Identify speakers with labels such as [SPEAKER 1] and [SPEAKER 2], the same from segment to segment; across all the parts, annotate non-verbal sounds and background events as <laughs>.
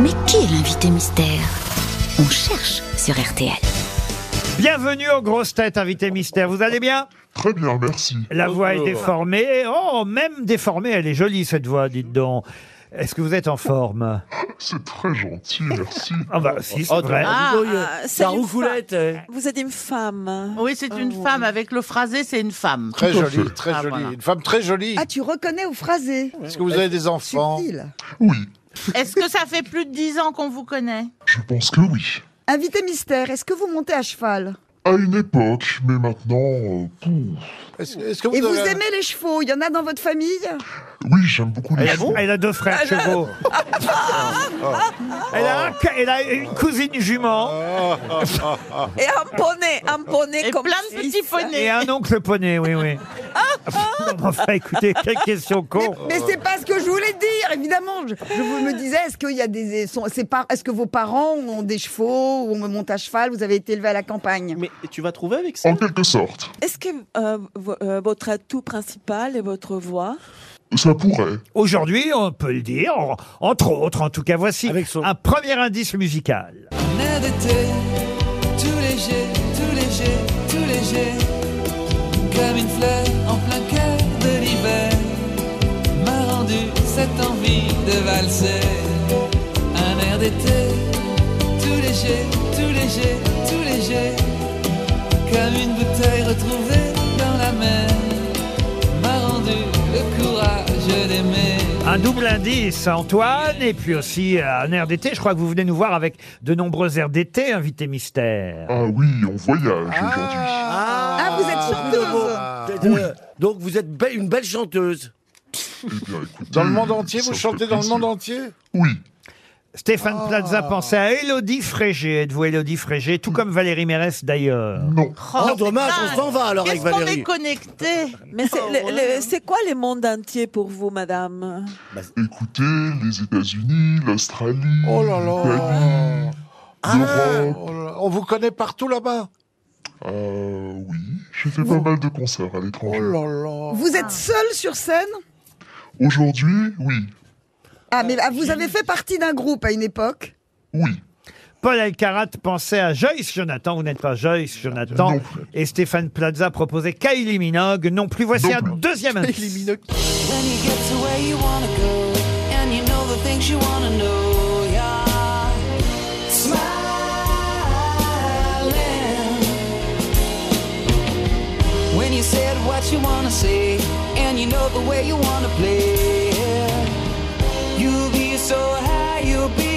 [SPEAKER 1] Mais qui est l'invité mystère On cherche sur RTL.
[SPEAKER 2] Bienvenue aux grosses têtes, invité mystère. Vous allez bien
[SPEAKER 3] Très bien, merci.
[SPEAKER 2] La voix est déformée. Oh, même déformée, elle est jolie cette voix, dites donc. Est-ce que vous êtes en forme
[SPEAKER 3] C'est très gentil, merci.
[SPEAKER 2] Ah bah si, c'est vrai.
[SPEAKER 4] Ah, euh, c'est
[SPEAKER 5] la
[SPEAKER 4] une
[SPEAKER 5] roucoulette. eh.
[SPEAKER 4] Vous êtes une femme.
[SPEAKER 6] Oui, c'est une
[SPEAKER 4] Ah,
[SPEAKER 6] femme. Avec le phrasé, c'est une femme.
[SPEAKER 7] Très jolie, très
[SPEAKER 6] Ah,
[SPEAKER 7] jolie.
[SPEAKER 6] voilà.
[SPEAKER 7] <laughs> Une femme très jolie.
[SPEAKER 4] Ah, tu reconnais au phrasé.
[SPEAKER 7] Est-ce que vous avez des enfants
[SPEAKER 4] Subtil.
[SPEAKER 3] Oui,
[SPEAKER 6] Est-ce que ça fait plus de dix ans qu'on vous connaît
[SPEAKER 3] je pense que oui.
[SPEAKER 4] Invité mystère, est-ce que vous montez à cheval
[SPEAKER 3] À une époque, mais maintenant... euh,
[SPEAKER 7] Est-ce est-ce que vous,
[SPEAKER 4] Et vous
[SPEAKER 7] avez-
[SPEAKER 4] aimez les chevaux Il y en a dans votre famille
[SPEAKER 3] oui, j'aime beaucoup les chevaux.
[SPEAKER 2] Elle a deux frères chevaux. Elle a, un ca- elle a une cousine jument
[SPEAKER 4] Et un poney, un poney
[SPEAKER 6] Et plein de petits
[SPEAKER 2] et
[SPEAKER 6] poneys.
[SPEAKER 2] un oncle poney, oui, oui. Non, mais Enfin, écoutez, quelle question con.
[SPEAKER 4] Mais c'est pas ce que je voulais dire, évidemment. Je, je vous me disais, est-ce qu'il y a des, sont- c'est pas, est-ce que vos parents ont des chevaux ou on monte à cheval Vous avez été élevé à la campagne.
[SPEAKER 5] Mais tu vas trouver avec ça
[SPEAKER 3] En quelque sorte.
[SPEAKER 8] Est-ce que euh, vo- euh, votre atout principal est votre voix
[SPEAKER 3] Ça pourrait.
[SPEAKER 2] Aujourd'hui, on peut le dire, en- entre autres, en tout cas, voici
[SPEAKER 5] Avec son-
[SPEAKER 2] un premier indice musical.
[SPEAKER 9] Nez d'été, tout léger, tout léger, tout léger, comme une fleur en plein cœur de l'hiver, m'a rendu cette envie de valser. Un air d'été, tout léger, tout léger, tout léger, comme une bouteille retrouvée dans la mer, m'a rendu le courage d'aimer.
[SPEAKER 2] Un double indice, Antoine, et puis aussi euh, un air d'été. Je crois que vous venez nous voir avec de nombreux airs d'été, invité mystère.
[SPEAKER 3] Ah oui, on voyage aujourd'hui.
[SPEAKER 4] Ah, vous êtes chanteuse.
[SPEAKER 6] Ah.
[SPEAKER 5] De- de- Donc vous êtes be- une belle chanteuse.
[SPEAKER 3] Eh bien, écoutez,
[SPEAKER 7] Dans le monde entier,
[SPEAKER 3] ça
[SPEAKER 7] vous
[SPEAKER 3] me
[SPEAKER 7] chantez
[SPEAKER 3] fait
[SPEAKER 7] dans le
[SPEAKER 3] plaisir.
[SPEAKER 7] monde entier
[SPEAKER 3] Oui,
[SPEAKER 2] Stéphane
[SPEAKER 3] Ah.
[SPEAKER 2] Plaza pensait à Élodie Frégé. Êtes-vous Élodie Frégé Tout comme Valérie Mérès d'ailleurs.
[SPEAKER 3] non.
[SPEAKER 5] Oh, dommage, on s'en va alors avec
[SPEAKER 6] Qu'est-ce qu'on est
[SPEAKER 5] Valérie.
[SPEAKER 6] connecté
[SPEAKER 8] Mais c'est le- le- c'est quoi le monde entier pour vous, madame
[SPEAKER 3] Écoutez, les États-Unis, l'Australie,
[SPEAKER 7] Oh là
[SPEAKER 3] l'Italie,
[SPEAKER 7] là
[SPEAKER 3] l'Europe.
[SPEAKER 7] Oh là là. On vous connaît partout là-bas
[SPEAKER 3] Ah oui, j'ai fait pas mal de concerts à
[SPEAKER 7] Oh
[SPEAKER 3] l'étranger.
[SPEAKER 7] là là
[SPEAKER 4] Vous êtes seule sur scène
[SPEAKER 3] Aujourd'hui, oui,
[SPEAKER 4] Ah, mais ah, vous avez fait partie d'un groupe à une époque.
[SPEAKER 3] oui.
[SPEAKER 2] Paul Alcarat pensait à Joyce Jonathan. Vous n'êtes pas Joyce Jonathan.
[SPEAKER 3] Non.
[SPEAKER 2] Et Stéphane Plaza proposait Kylie Minogue. Non plus. Voici
[SPEAKER 3] Non
[SPEAKER 2] un
[SPEAKER 3] plus.
[SPEAKER 2] deuxième indice.
[SPEAKER 9] When you get to where you wanna go, and you know the things you wanna know, yeah. Smiling. When you said what you wanna say, and you know the way you wanna play, yeah. you'll be so high, you'll be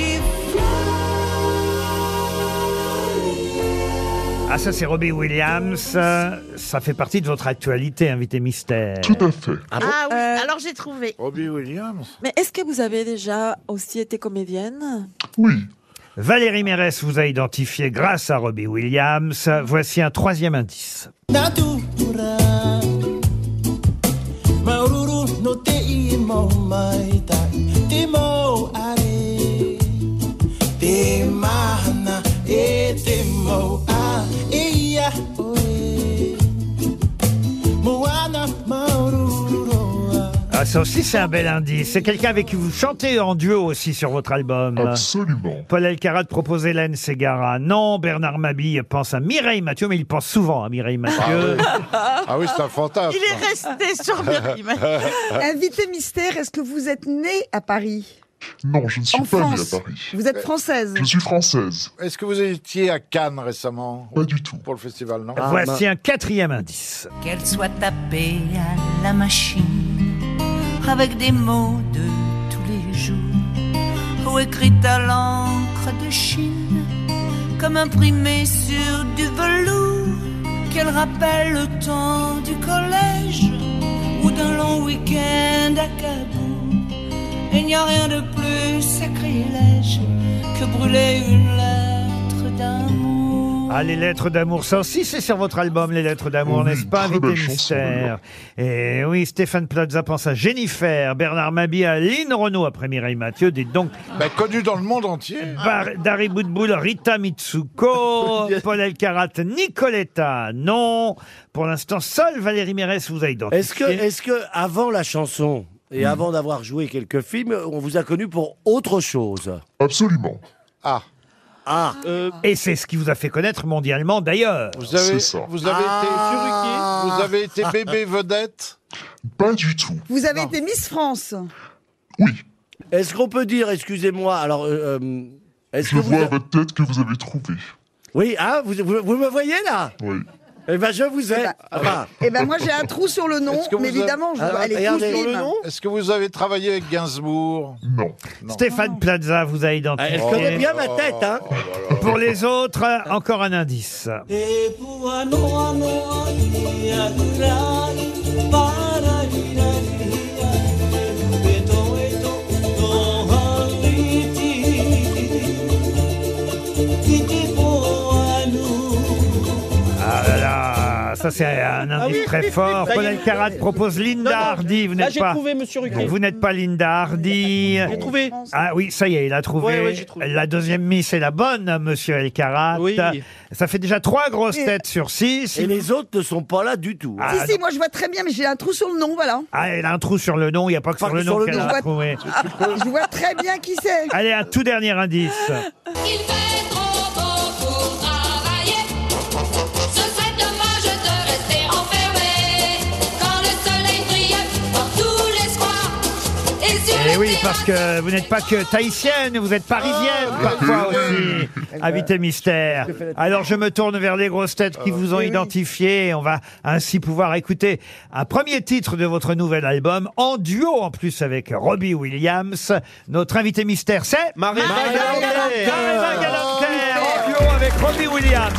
[SPEAKER 2] Ah, ça, c'est Robbie Williams. Euh, Ça fait partie de votre actualité, invité mystère.
[SPEAKER 3] Tout à fait.
[SPEAKER 6] Ah oui,
[SPEAKER 8] Euh,
[SPEAKER 6] alors j'ai trouvé.
[SPEAKER 7] Robbie Williams
[SPEAKER 8] Mais est-ce que vous avez déjà aussi été comédienne
[SPEAKER 3] Oui.
[SPEAKER 2] Valérie Mérès vous a identifié grâce à Robbie Williams. Voici un troisième indice.
[SPEAKER 9] natura Maururu no te imo maitai Te mo are Te mahana e te mo a E ia oe Moana maururoa
[SPEAKER 2] Ah, ça aussi, c'est un bel indice. C'est quelqu'un avec qui vous chantez en duo aussi sur votre album.
[SPEAKER 7] bah.
[SPEAKER 3] Absolument.
[SPEAKER 2] Paul Elkarat propose Hélène Ségara. Non, Bernard Mabille pense à Mireille Mathieu, mais il pense souvent à Mireille Mathieu.
[SPEAKER 7] Ah oui, c'est un fantasme
[SPEAKER 6] Il est resté sur Berry.
[SPEAKER 4] Euh, Invité mystère, est-ce que vous êtes née à Paris
[SPEAKER 3] Non, je ne suis
[SPEAKER 4] En
[SPEAKER 3] pas né
[SPEAKER 4] France.
[SPEAKER 3] à Paris.
[SPEAKER 4] Vous êtes française.
[SPEAKER 3] Je suis française.
[SPEAKER 7] Est-ce que vous étiez à Cannes récemment
[SPEAKER 3] Pas du tout.
[SPEAKER 7] Pour le festival, non
[SPEAKER 3] Ah.
[SPEAKER 2] Voici un quatrième indice.
[SPEAKER 9] Qu'elle soit tapée à la machine Avec des mots de tous les jours Ou écrite à l'encre de Chine Comme imprimée sur du velours Qu'elle rappelle le temps du collège Ou d'un long week-end à Kaboul Il n'y a rien de plus sacrilège Que brûler une lettre d'amour
[SPEAKER 2] Ah, les lettres d'amour, ça aussi, c'est sur votre album, les lettres d'amour,
[SPEAKER 3] Oui,
[SPEAKER 2] n'est-ce pas,
[SPEAKER 3] très
[SPEAKER 2] invité
[SPEAKER 3] belle chanson,
[SPEAKER 2] mystère Et oui, Stéphane Plaza pense à Jennifer, Bernard Mabille à Lynn Renault après Mireille Mathieu. Dites donc,
[SPEAKER 7] Bah, Connu dans le monde entier
[SPEAKER 2] Bar- Dari Boudboul,
[SPEAKER 5] <laughs>
[SPEAKER 2] Rita Mitsuko, Paul Elkarat, Nicoletta, non. Pour l'instant, seule Valérie Mérès vous a identifié.
[SPEAKER 5] Est-ce que, est-ce que avant la chanson,
[SPEAKER 3] Hmm.
[SPEAKER 5] Et avant d'avoir joué quelques films, on vous a connu pour autre chose.
[SPEAKER 3] Absolument.
[SPEAKER 7] Ah,
[SPEAKER 5] Ah,
[SPEAKER 2] Et c'est ce qui vous a fait connaître mondialement d'ailleurs.
[SPEAKER 7] vous avez,
[SPEAKER 3] C'est ça.
[SPEAKER 7] vous avez été Vous avez été bébé vedette
[SPEAKER 3] Pas du tout.
[SPEAKER 4] Vous avez été Miss France.
[SPEAKER 3] Oui.
[SPEAKER 5] est-ce qu'on peut dire, excusez-moi, alors, euh, euh, est-ce
[SPEAKER 3] Je
[SPEAKER 5] que vous...
[SPEAKER 3] vois à votre tête que vous avez trouvé.
[SPEAKER 5] Oui, ah, vous, vous- vous me voyez là
[SPEAKER 3] Oui.
[SPEAKER 5] Eh ben, je vous ai.
[SPEAKER 3] Ah.
[SPEAKER 5] Enfin,
[SPEAKER 4] Eh ben moi j'ai un trou sur le nom,
[SPEAKER 7] Est-ce que vous
[SPEAKER 4] mais
[SPEAKER 7] avez-
[SPEAKER 4] évidemment
[SPEAKER 9] Ah,
[SPEAKER 4] je
[SPEAKER 5] alors,
[SPEAKER 4] dois aller
[SPEAKER 5] Ah, regardez.
[SPEAKER 4] tous les mains.
[SPEAKER 7] Est-ce que vous avez travaillé avec Gainsbourg
[SPEAKER 3] Non.
[SPEAKER 2] Stéphane Plaza vous a
[SPEAKER 5] Ah, Elle
[SPEAKER 2] identifié.
[SPEAKER 5] connaît bien ma tête, hein
[SPEAKER 2] Pour les autres, encore un indice. Ah là là, ça c'est un
[SPEAKER 5] Ah
[SPEAKER 2] indice très fort. Paul Alcarat propose Linda Hardy. Vous n'êtes pas.
[SPEAKER 5] Ah, Monsieur
[SPEAKER 2] Vous n'êtes pas Linda Hardy.
[SPEAKER 5] J'ai trouvé.
[SPEAKER 2] Ah oui, ça y est, il a trouvé.
[SPEAKER 5] Ouais, ouais, j'ai trouvé.
[SPEAKER 2] La deuxième Miss est la bonne, monsieur Elkarat.
[SPEAKER 5] Oui.
[SPEAKER 2] Ça fait déjà trois grosses têtes sur six.
[SPEAKER 5] Et les autres ne sont pas là du tout.
[SPEAKER 2] Ah,
[SPEAKER 4] Si si, moi je vois très bien, mais j'ai un trou sur le nom, voilà.
[SPEAKER 2] Ah, elle a un trou sur le nom, il n'y a pas que
[SPEAKER 5] Pas
[SPEAKER 2] sur le
[SPEAKER 5] que sur
[SPEAKER 2] nom
[SPEAKER 5] le
[SPEAKER 2] qu'elle
[SPEAKER 5] nom.
[SPEAKER 2] a trouvé.
[SPEAKER 4] Je vois très bien qui c'est.
[SPEAKER 2] Allez, un tout dernier indice.
[SPEAKER 10] Il fait trop beau pour travailler. Ce serait dommage de rester enfermé. Quand le soleil brille dans tous les squares. Et sur
[SPEAKER 2] Eh
[SPEAKER 10] les
[SPEAKER 2] oui, parce que
[SPEAKER 10] terrasses,
[SPEAKER 2] vous n'êtes pas que tahitienne, vous êtes parisienne parfois aussi, invité mystère. Alors je me tourne vers les grosses têtes qui vous ont identifié. On va ainsi pouvoir écouter un premier titre de votre nouvel album, en duo en plus avec Robbie Williams. Notre invité mystère, c'est Marie Marie en duo avec Robbie Williams.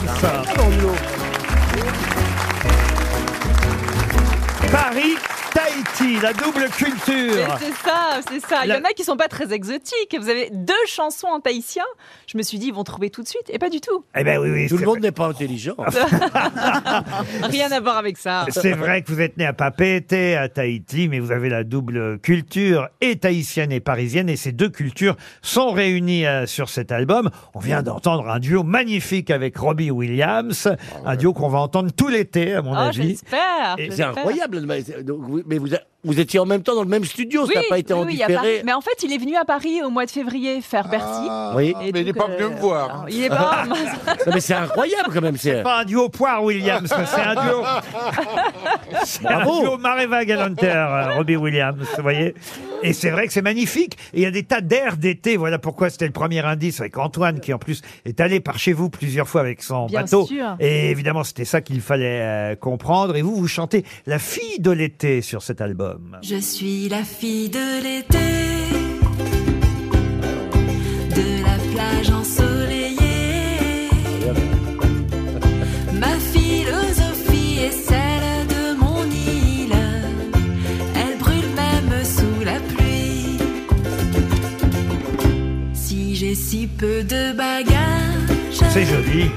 [SPEAKER 2] Paris, Tahiti, la double culture.
[SPEAKER 11] C'est ça, c'est ça. Il y
[SPEAKER 2] La-
[SPEAKER 11] en a qui sont pas très exotiques. Vous avez deux chansons en tahitien. Je me suis dit, ils vont trouver tout de suite. Et pas du tout.
[SPEAKER 2] Eh ben oui, oui.
[SPEAKER 5] Tout
[SPEAKER 2] c'est
[SPEAKER 5] le monde n'est pas intelligent.
[SPEAKER 11] Rien à voir avec ça.
[SPEAKER 2] C'est vrai que vous êtes né à Papété, à Tahiti, mais vous avez la double culture, et tahitienne et parisienne, et ces deux cultures sont réunies euh, sur cet album. On vient d'entendre un duo magnifique avec Robbie Williams,
[SPEAKER 5] Ah
[SPEAKER 2] un duo qu'on va entendre tout l'été, à mon
[SPEAKER 11] Oh,
[SPEAKER 2] avis.
[SPEAKER 11] j'espère.
[SPEAKER 2] Et
[SPEAKER 5] C'est
[SPEAKER 11] j'espère.
[SPEAKER 5] incroyable. mais c'est- donc, vous- mais vous, a- vous étiez en même temps dans le même studio,
[SPEAKER 11] Oui,
[SPEAKER 5] ça n'a pas été
[SPEAKER 11] oui,
[SPEAKER 5] en
[SPEAKER 11] oui, il y a
[SPEAKER 5] différé.
[SPEAKER 11] Paris. Mais en fait, il est venu à Paris au mois de février faire Bercy.
[SPEAKER 7] Ah,
[SPEAKER 5] Oui.
[SPEAKER 7] Mais
[SPEAKER 11] Et
[SPEAKER 7] il n'est
[SPEAKER 11] donc,
[SPEAKER 7] pas venu
[SPEAKER 11] euh,
[SPEAKER 7] me voir.
[SPEAKER 11] Il est pas.
[SPEAKER 5] Non, mais c'est incroyable quand même. C'est
[SPEAKER 2] Pas un duo poire Williams, c'est un duo. c'est un
[SPEAKER 5] Bravo.
[SPEAKER 2] duo Mareva Galanter, euh, Robbie Williams, vous voyez. Et c'est vrai que c'est magnifique. Et il y a des tas d'airs d'été. Voilà pourquoi c'était le premier indice avec Antoine, qui en plus est allé par chez vous plusieurs fois avec son
[SPEAKER 11] Bien
[SPEAKER 2] bateau.
[SPEAKER 11] sûr.
[SPEAKER 2] Et évidemment, c'était ça qu'il fallait euh, comprendre. Et vous, vous chantez La fille de l'été sur cet album.
[SPEAKER 9] Je suis la fille de l'été, de la plage ensoleillée. Ma philosophie est celle de mon île, elle brûle même sous la pluie. Si j'ai si peu de bagages,
[SPEAKER 2] C'est joli.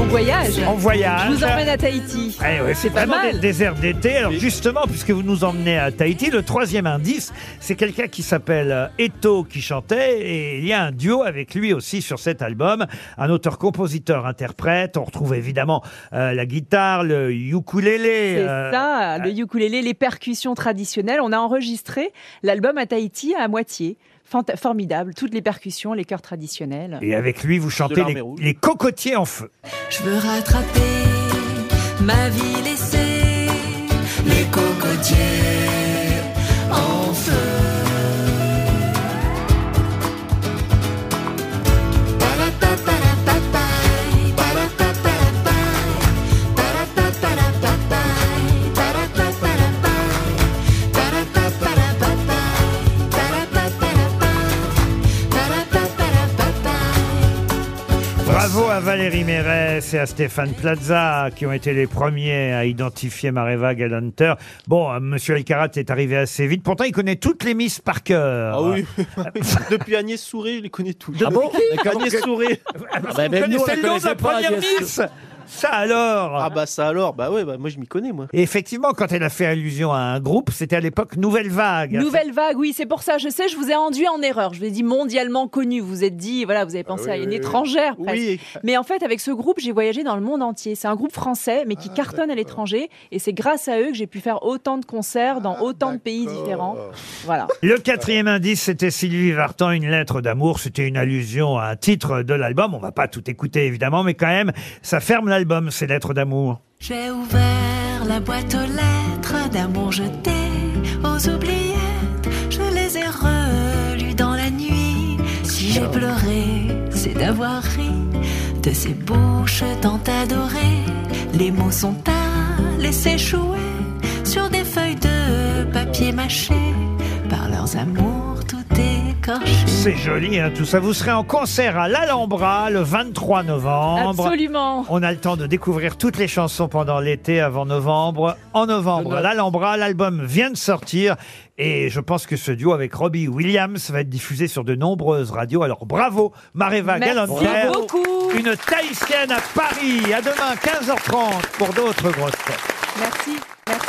[SPEAKER 11] On voyage.
[SPEAKER 2] On voyage.
[SPEAKER 11] Je vous emmène à Tahiti.
[SPEAKER 2] Eh ouais, c'est
[SPEAKER 11] pas
[SPEAKER 2] vraiment
[SPEAKER 11] mal.
[SPEAKER 2] des déserts d'été. Alors justement, puisque vous nous emmenez à Tahiti, le troisième indice, c'est quelqu'un qui s'appelle euh, Eto qui chantait et il y a un duo avec lui aussi sur cet album. Un auteur-compositeur-interprète. On retrouve évidemment euh, la guitare, le ukulélé.
[SPEAKER 11] C'est
[SPEAKER 2] euh,
[SPEAKER 11] ça, le ukulélé, les percussions traditionnelles. On a enregistré l'album à Tahiti à moitié. Fanta- formidable, toutes les percussions, les chœurs traditionnels.
[SPEAKER 2] Et avec lui, vous chantez
[SPEAKER 5] l'armée
[SPEAKER 2] les,
[SPEAKER 5] rouge.
[SPEAKER 2] les cocotiers en feu.
[SPEAKER 9] je veux rattraper ma vie laissée, les cocotiers en feu.
[SPEAKER 2] Bravo à Valérie Mérès et à Stéphane Plaza qui ont été les premiers à identifier Mareva Galanter. Bon, euh, Monsieur Elkarat est arrivé assez vite. Pourtant, il connaît toutes les Miss par cœur.
[SPEAKER 5] <laughs>
[SPEAKER 12] Ah
[SPEAKER 5] Depuis Agnès Souré, je les connais tous. Ah bon Agnès Souré.
[SPEAKER 2] Vous connaissez le nom de la première Miss Ça alors
[SPEAKER 12] Ah bah ça alors, bah ouais, bah moi je m'y connais moi.
[SPEAKER 2] Et effectivement, quand elle a fait allusion à un groupe, c'était à l'époque Nouvelle Vague.
[SPEAKER 11] Nouvelle vague, oui, c'est pour ça, je sais, je vous ai induit en erreur. Je vous ai dit mondialement connu, vous vous êtes dit, voilà, vous avez pensé
[SPEAKER 12] oui,
[SPEAKER 11] à une
[SPEAKER 12] oui, oui.
[SPEAKER 11] étrangère
[SPEAKER 12] Oui.
[SPEAKER 11] presque. Mais en fait, avec ce groupe, j'ai voyagé dans le monde entier. C'est un groupe français, mais
[SPEAKER 12] Ah,
[SPEAKER 11] qui cartonne à l'étranger. Et c'est grâce à eux que j'ai pu faire autant de concerts
[SPEAKER 12] Ah,
[SPEAKER 11] dans autant de pays différents.
[SPEAKER 7] Euh,
[SPEAKER 11] Voilà.
[SPEAKER 2] Le quatrième indice, c'était Sylvie Vartan, une lettre d'amour. C'était une allusion à un titre de l'album. On va pas tout écouter évidemment, mais quand même, ça ferme l'album, ces lettres d'amour.
[SPEAKER 9] J'ai ouvert la boîte aux lettres d'amour jetées aux oubliettes. Je les ai relues dans la nuit. Si j'ai pleuré, c'est d'avoir ri de ces bouches tant adorées. Les mots sont à laisser jouer sur des feuilles de papier mâché. Par leurs amours, tout écorché.
[SPEAKER 2] C'est joli, hein, tout ça. Vous serez en concert à l'Alhambra le 23 novembre.
[SPEAKER 11] Absolument.
[SPEAKER 2] On a le temps de découvrir toutes les chansons pendant l'été, avant novembre. En novembre, à l'Alhambra, l'album vient de sortir. Et je pense que ce duo avec Robbie Williams va être diffusé sur de nombreuses radios. Alors bravo, Mareva
[SPEAKER 11] Merci
[SPEAKER 2] Galanter.
[SPEAKER 11] beaucoup.
[SPEAKER 2] Une Tahitienne à Paris. À demain, 15h30 pour d'autres grosses têtes.
[SPEAKER 11] Merci. Merci.